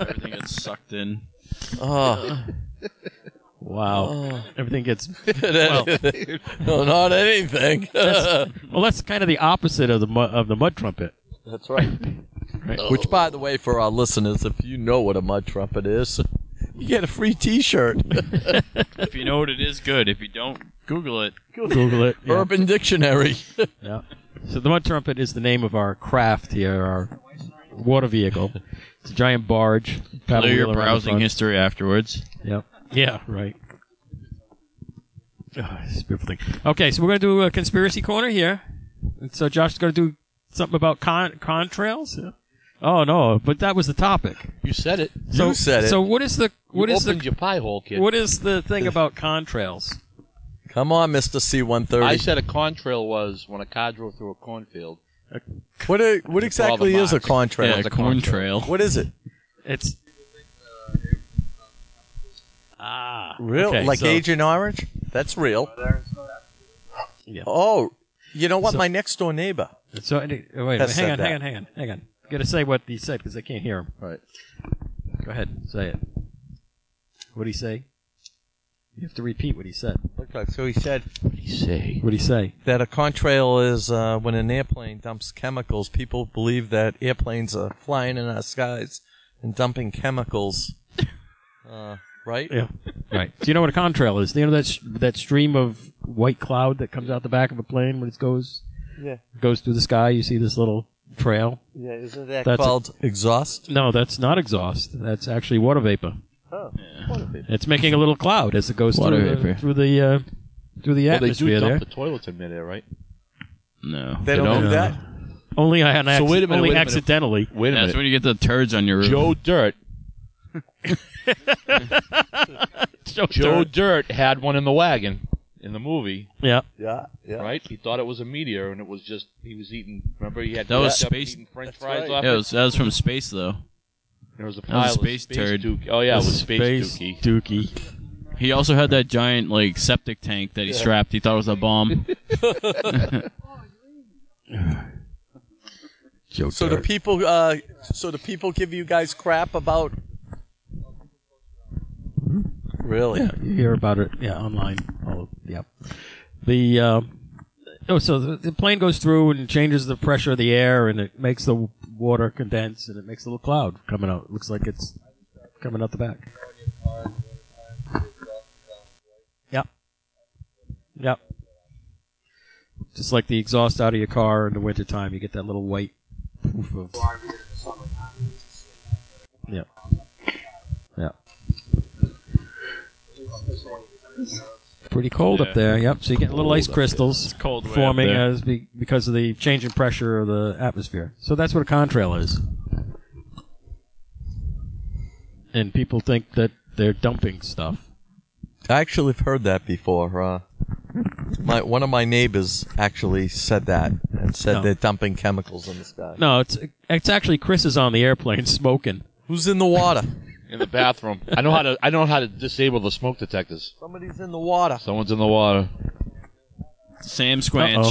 Everything gets sucked in.
oh. (laughs)
Wow, everything gets.
no, not anything.
Well, that's kind of the opposite of the mu- of the mud
(laughs)
trumpet. (laughs)
That's right.
Right.
Which, by the way, for our listeners, if you know what a mud trumpet is, you get a free T-shirt.
If you know what it is, good. If you don't, Google it.
Google it. Yeah.
Urban Dictionary.
Yeah. So the mud trumpet is the name of our craft here, our water (laughs) vehicle. It's a giant barge. paddle
Clear your
wheel around the
browsing
front.
history afterwards.
Yep. Yeah. Right. Oh, this is a beautiful thing. Okay, so we're gonna do a conspiracy corner here. And so Josh is gonna do something about con contrails. Oh no, but that was the topic.
You said it.
So,
you said it.
So what is the what
you
is
opened
the
your pie hole, kid?
what is the (laughs) thing about contrails?
Come on, Mister C130.
I said a contrail was when a car drove through a cornfield.
what? A, what exactly is a
box.
contrail?
Yeah, corn trail.
What is it?
It's ah
Real?
okay,
like
so-
Agent Orange? That's real.
Yeah.
Oh, you know what?
So-
My next door neighbor.
So I need- oh, wait, wait
Has
hang
said
on,
that.
hang on, hang on, hang on. I'm gonna say what he said because I can't hear him.
Right.
Go ahead, say it. What did he say? You have to repeat what he said.
Okay, so he said
What did he say?
that a contrail is uh, when an airplane dumps chemicals. People believe that airplanes are flying in our skies and dumping chemicals. Uh, right?
Yeah. Right. Do you know what a contrail is? Do you know that sh- that stream of white cloud that comes out the back of a plane when it goes
Yeah.
goes through the sky? You see this little trail.
Yeah, isn't that
That's a-
called exhaust?
No, that's not exhaust. That's actually water vapor.
Oh,
It's making a little cloud as it goes
Water
through the,
vapor.
through the uh, through the
Well, they do
atmosphere
dump
there.
the toilets in midair, right?
No.
They don't do
don't.
that?
Only on acc-
wait a minute,
only
wait a minute.
accidentally.
Wait a
That's
minute.
when you get the turds on your roof.
Joe Dirt.
(laughs) Joe
Joe
Dirt.
Dirt had one in the wagon in the movie,
Yeah.
Yeah, yeah.
right? He thought it was a meteor, and it was just he was eating. Remember, he had
That was
wrapped up
space-
eating French fries off.
Yeah, it was, that was from space though.
There was a
was
pile of
space turd.
Duke. Oh yeah, it was space, dookie.
Dookie.
He also had that giant like septic tank that he strapped. He thought it was
(laughs)
a bomb.
Joe
So the
Dirt.
people, uh, so the people give you guys crap about. Really?
Yeah, you hear about it. Yeah, online. Oh, yeah. The uh, oh, so the, the plane goes through and changes the pressure of the air, and it makes the water condense, and it makes a little cloud coming out. Looks like it's coming out the back. Yeah. Yeah. Just like the exhaust out of your car in the wintertime, you get that little white poof of. Yeah. Yeah. Pretty cold up there. Yep. So you get little ice crystals
cold way up
forming
there.
as be, because of the change in pressure of the atmosphere. So that's what a contrail is. And people think that they're dumping stuff.
I actually have heard that before. Uh, my one of my neighbors actually said that and said
No.
they're dumping chemicals in the sky.
No, it's it's actually Chris is on the airplane (laughs) smoking.
Who's in the water?
in the bathroom. I know how to. I know how to disable the smoke detectors.
Somebody's in the water.
Someone's in the water.
Sam Squanch.
Uh-oh.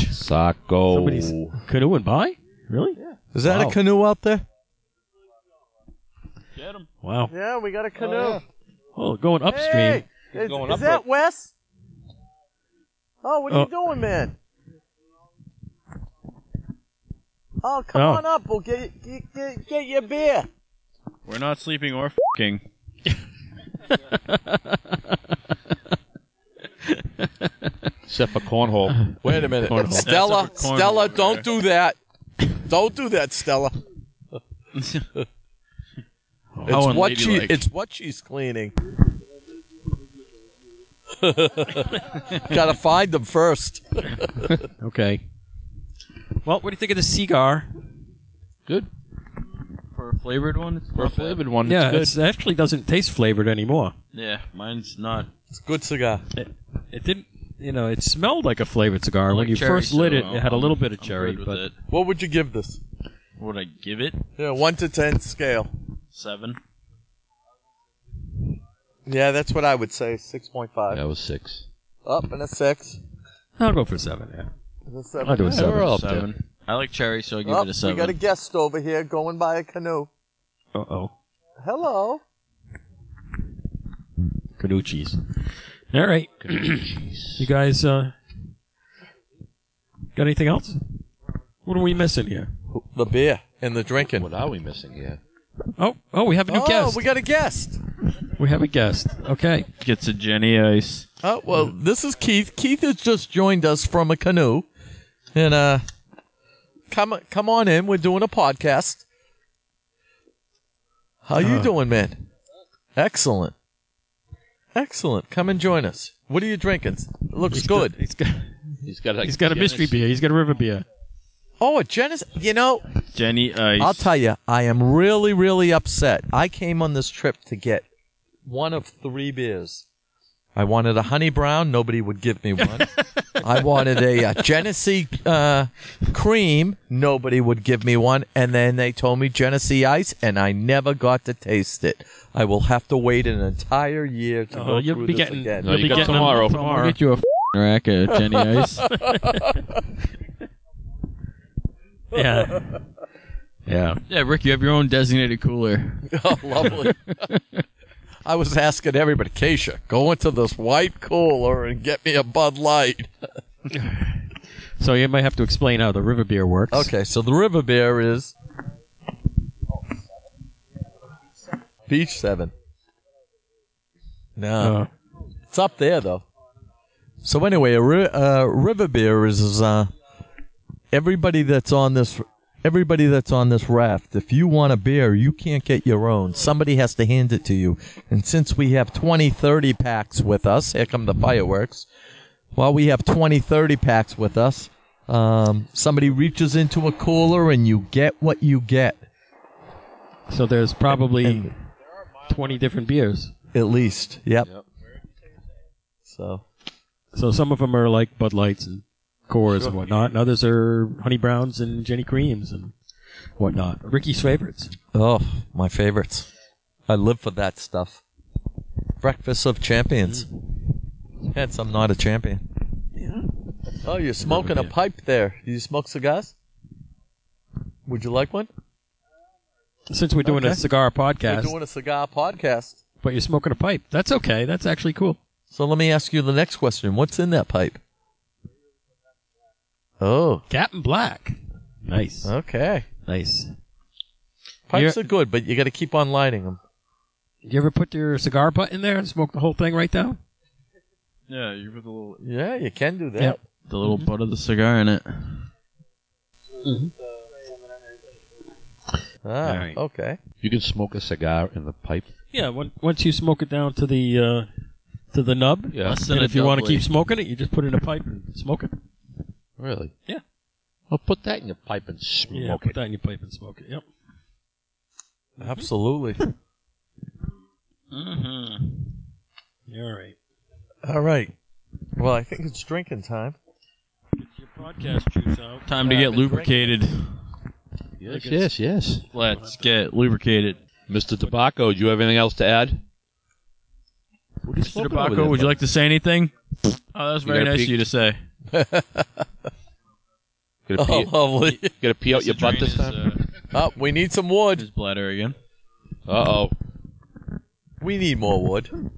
Socko.
Somebody's canoeing by. Really?
Is that
Wow.
a canoe out there?
Wow.
Yeah, we got a canoe.
Oh, going upstream.
Is,
going is up that
Wes? Oh, what
are you Oh.
doing, man? Oh,
come Oh. on
up. We'll get, get, get, get your beer.
We're not sleeping or (laughs) fing.
Except
(laughs)
for cornhole.
Wait a minute.
Cornhole.
Stella,
That's a cornhole
Stella,
over
don't do that. Don't do that, Stella.
How
It's what she,
unladylike.
it's what she's cleaning. (laughs) Gotta find them first.
Okay. Well, what do you think of the cigar?
Good.
for a flavored one. It's
For a flavored one,
yeah,
it's good.
it's- it actually doesn't taste flavored anymore.
Yeah, mine's not.
It's a good cigar.
It didn't. You know, it smelled like a flavored cigar when
Like
you
cherry,
first lit
so
it. It had a
I'm-
little bit of
I'm
cherry,
good with
but
it.
What would you give this?
would I give it
Yeah, one to ten scale.
seven?
Yeah, that's what I would say. Six point five.
That was six.
Up and a six.
I'll go for seven. Yeah,
And a
I'll
seven.
do a
They were
seven.
all up there.
Seven. I like cherry, so I give
Oh,
it a seven.
We got a guest over here going by a canoe.
Uh oh,
Hello.
Canuchis. All (clears throat) right, you guys. Uh, got anything else? What are we missing here?
The beer and the drinking.
What are we missing here?
Oh, oh, we have a new
oh,
guest.
we got a guest.
We have a guest. Okay.
Gets a Jenny Ice.
Oh well, this is Keith. Keith has just joined us from a canoe, and uh, come come on in. We're doing a podcast. How you doing, man? Excellent, excellent. Come and join us. What are you drinking? Looks good.
He's got
He's got a,
he's got a mystery beer. He's got a river beer.
Oh, a Genesis. You know,
Jenny Ice.
I'll tell you, I am really, really upset. I came on this trip to get one of three beers. I wanted a honey brown. Nobody would give me one. I wanted a, uh Genesee uh, cream. Nobody would give me one. And then they told me Genesee ice, and I never got to taste it. I will have to wait an entire year to go
Uh-huh. you'll
through
be
this
getting.
again.
You'll
you
be
got
getting them
tomorrow.
tomorrow.
Get you a f- rack of
(laughs)
Jenny Ice.
(laughs) Yeah. Yeah.
yeah, Rick, you have your own designated cooler.
(laughs) Oh, lovely. I was asking everybody, Keisha, go into this white cooler and get me a Bud Light.
So you might have to explain how the river beer works.
Oh,
Okay, so the river beer is Beach Seven. No,
Uh,
it's up there though. So anyway, a ri- uh, river beer is, is uh, everybody that's on this everybody that's on this raft. If you want a beer, you can't get your own. Somebody has to hand it to you. And since we have 20, 30 packs with us, here come the fireworks. While we have 20, 30 packs with us, um, somebody reaches into a cooler and you get what you get.
so there's probably
And-
20 different beers.
At least, yep. So
So some of them are like Bud Lights and Coors and whatnot, and others are Honey Browns and Jenny Creams and whatnot. Ricky's favorites.
Oh, my favorites. I live for that stuff. Breakfast of champions. Hence, I'm not a champion. Mm. Oh, you're smoking a pipe there. Do you smoke cigars? Would you like one?
Since we're doing a
Okay.
cigar
We're
podcast,
doing a cigar podcast.
but you're smoking a pipe. That's okay. That's actually cool.
So let me ask you the next question. What's in that pipe? Oh,
Captain Black. Nice.
okay.
Nice.
Pipes
You're-
are good, but you got to keep on lighting them.
You ever put your cigar butt in there and smoke the whole thing right down?
Yeah, you put the little
Yeah, you can do that.
Yep.
the little
Mm-hmm.
butt of the cigar in it.
Ah,
All right.
okay.
You can smoke a cigar in the pipe.
Yeah. When, once you smoke it down to the uh, to the nub,
Yeah.
Less than
and
a
if you want to
doubly.
keep smoking it, you just put it in a pipe and smoke it.
Really?
Yeah.
Well, put that in your pipe and smoke
Yeah.
it.
Put that in your pipe and smoke it. Yep.
Absolutely.
Mm-hmm.
All right.
All right. Well, I think it's drinking time.
Your podcast juice out.
Time to get lubricated.
Yes, yes, yes.
Let's get lubricated.
Mr. Tobacco, do you have anything else to add? What are you
Mr. Tobacco, would you like to say anything? Oh, that's very
gotta
nice
peek.
of you to say.
(laughs)
Gonna pee,
Oh, lovely.
gonna pee out your butt this
Drain uh,
time?
His,
Oh, we need some
uh,
wood.
his bladder again.
Uh oh.
We need more wood.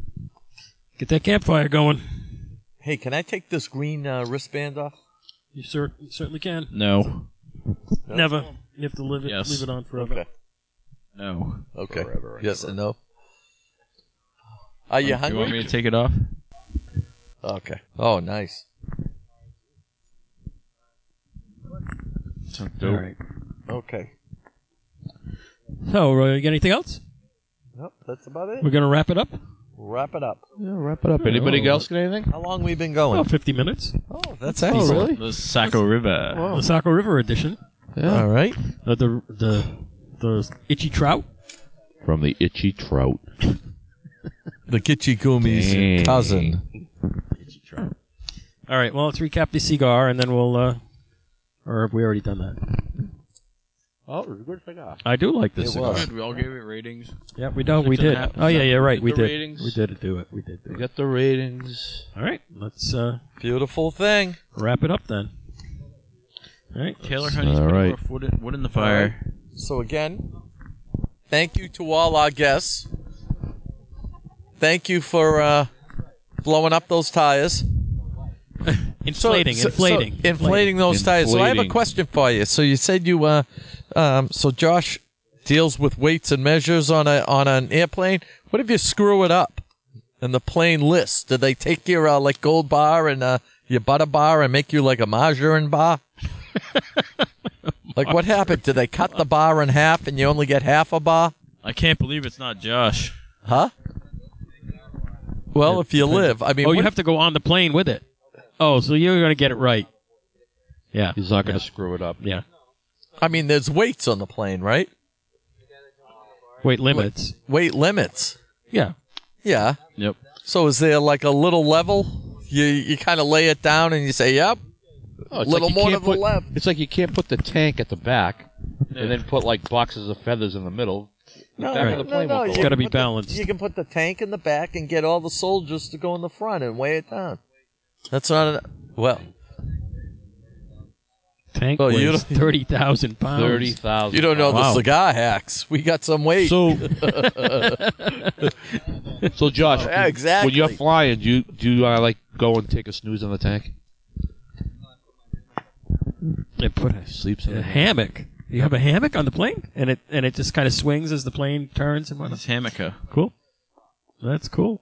Get that campfire going.
Hey, can I take this green uh, wristband off?
You cer- certainly can.
No.
Never. You have to live it.
Yes.
Leave it on forever.
Okay.
No.
Okay. yes and no. Are you hungry?
You want me to take it off?
okay. Oh, nice.
All right.
Okay.
So, uh, you got anything else?
Nope, that's about it.
We're gonna wrap it up.
Wrap it up.
Wrap it up. Anybody else got anything?
How long we been
Oh,
going?
50 minutes.
Oh, that's excellent.
The Saco River.
Oh.
The Saco River edition.
All right.
Uh, the the the itchy trout.
From the itchy trout.
The Gitchigumi's
Dang.
cousin.
All right. Well, let's recap the cigar, and then we'll. Uh, or have we already done that?
Oh, good cigar.
I do like
It
this cigar.
was.
We all gave it ratings.
Yeah, we don't. We
Six and a
did.
half
Oh yeah,
percent.
yeah. Right.
Get
we
the
did.
ratings.
We did do it. We did do
We
it.
got the ratings.
All right. Let's uh,
Beautiful thing.
wrap it up then. All right.
Taylor Honey's
All
putting
right.
more wood in, wood in the fire.
So again, thank you to all our guests. Thank you for uh, blowing up those tires. So-
Inflating.
so- so
inflating.
inflating those tires. So I have a
Inflating.
question for you. So you said you, uh, um, so Josh deals with weights and measures on a on an airplane. What if you screw it up and the plane lists? Do they take your uh, like gold bar and uh, your butter bar and make you like a margarine bar? like what happened? Did they cut the bar in half and you only get half a bar?
I can't believe it's not Josh.
Huh? Well, if you live, I mean,
Oh,
what
you
if-
have to go on the plane with it. Oh, so you're going to get it right. Yeah.
He's not going to screw it up.
Yeah.
I mean, there's weights on the plane, right?
Weight limits.
Weight limits.
Yeah.
Yeah.
Yep.
So is there like a little level? You you kind of lay it down and you say, "Yep,
Oh, it's
Little
you
more
can't
to the
put-
left.
It's like you can't put the tank at the back and then put like boxes of feathers in the middle.
no,
back of the plane will go
you
up.
It's got to
can
be
put the-
balanced.
you can put the tank in the back and get all the soldiers to go in the front and weigh it down. That's not a, well.
Tank
Well, you
weighs
don't-
30,000 pounds.
Thirty thousand.
You don't know
Wow.
the cigar hacks. We got some weight.
So, (laughs) so Josh,
Yeah, exactly.
when you're flying, do you do you, uh, like go and take a snooze on the tank?
They put a,
Sleeps in
a
it.
hammock. You have a hammock on the plane, and it and it just kind of swings as the plane turns and whatnot.
It's Hamaka.
Cool. That's cool.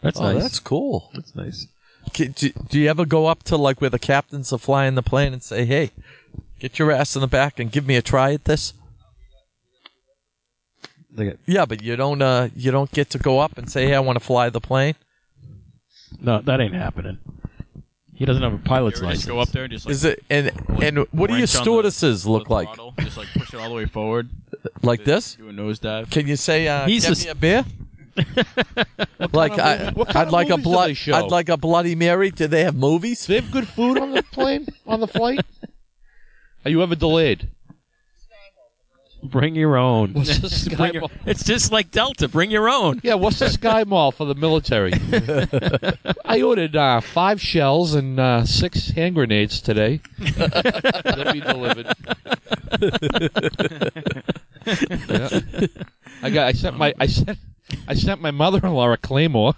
That's
oh,
nice.
that's cool.
that's nice.
Can- Do, do you ever go up to like where the captains are flying the plane and say, "Hey, get your ass in the back and give me a try at this"?
They got-
Yeah, but you don't. Uh, you don't get to go up and say, "Hey, I want to fly the plane."
No, that ain't happening. He doesn't have a pilot's
You ever
license.
just go up there and just like
Is it and and what do your
wrench on the-
stewardesses
the
look like?
throttle, Just like push it all the way forward.
Like this?
Do a nosedive.
Can you say uh,
He's
get
a-
me a beer? like
kind of
I,
movie- what kind
I'd
of
like a
movies do
blood.
they show?
I'd like a Bloody Mary. Do they have movies?
Do they have good food on the plane on the flight? Are you ever delayed?
Bring your own.
(laughs) What's the sky
(laughs) Bring your-
mall?
it's just like Delta. Bring your own.
Yeah, what's the Sky Mall for the (laughs) military? I ordered uh, five shells and uh, six hand grenades today. They'll be delivered. Yeah. (laughs) I got. I sent my. I sent. I sent my mother-in-law a claymore.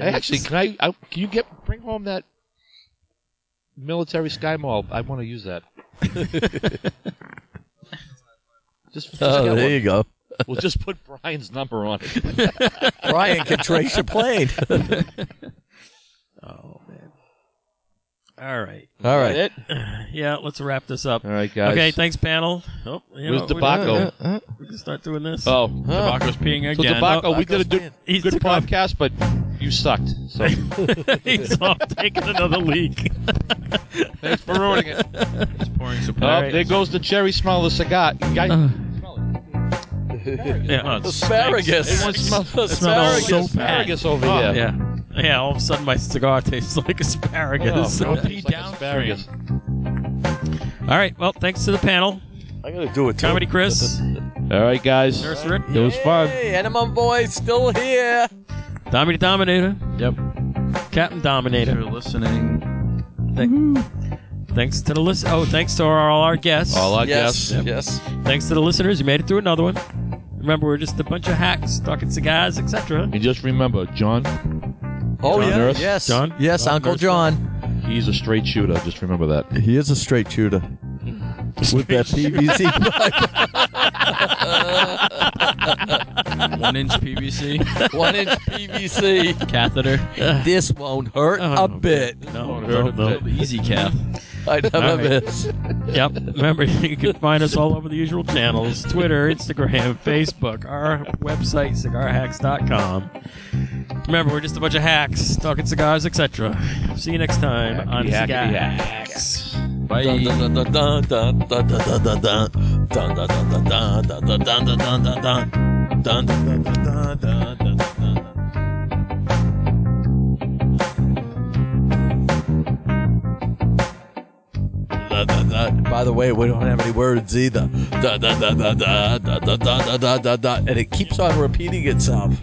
I actually, can I, I? Can you get bring home that military sky mall? I want to
(laughs)
use that. just, just
Oh,
get
there
one.
you go.
We'll just put Brian's number on it.
Brian
(laughs)
can trace your plane.
Oh man. All right.
All right.
It?
Yeah, let's wrap this up.
All right, guys.
Okay, thanks, panel. Oh, you
Where's
know, we-
DeBaco?
We can start doing this.
Oh,
Tabaco's
(laughs)
peeing
so
again.
DeBaco, we did a
man.
good,
He's
good
the guy.
podcast, but you sucked. So
(laughs) He's off taking another leak.
thanks for
(laughs)
ruining it.
He's pouring some.
Oh,
right. Uh,
There goes the cherry smell of the cigar. Guy,
Yeah,
Oh, it stinks.
Asparagus.
Everyone smells-
Asparagus.
smells so bad. Oh,
asparagus over here.
yeah, yeah. All of a sudden, my cigar tastes like asparagus.
Oh,
all (laughs)
no, it tastes like asparagus.
right. Well, thanks to the panel,
I'm gonna do it. too.
comedy Chris,
All right, guys.
Nurse Rick,
It was fun.
Hey, Enema Boy, still here.
Domino Dominator,
Yep.
Captain
If
Dominator.
you're listening.
Thanks to the list. Oh, thanks to our, all our guests.
All our
yes.
guests.
Yes.
thanks to the listeners. You made it through another one. Remember, we're just a bunch of hacks talking cigars, etc.
And just remember, John,
Oh
John
yeah.
Nurse?
Yes.
John?
Yes,
John
Uncle
Nurse.
John.
he's a straight shooter. Just remember that.
He is a straight shooter. With that PVC (laughs)
One
(laughs)
inch PVC
one inch PVC.
catheter.
This won't hurt
Oh,
a bit.
No,
Heard of
no.
it.
Easy cath.
All
I never
right.
miss.
Yep. Remember, (laughs) you can find us all over the usual channels Twitter, Instagram, Facebook, our website, cigarhacks.com. Remember, we're just a bunch of hacks talking cigars, etc. See you next time on
Hackety,
Cigar
hackety,
Hacks.
Bye. By the way, we don't have any words either. Da, da, da, da, da, da, da, da, da, da, da, da. And it keeps on repeating itself.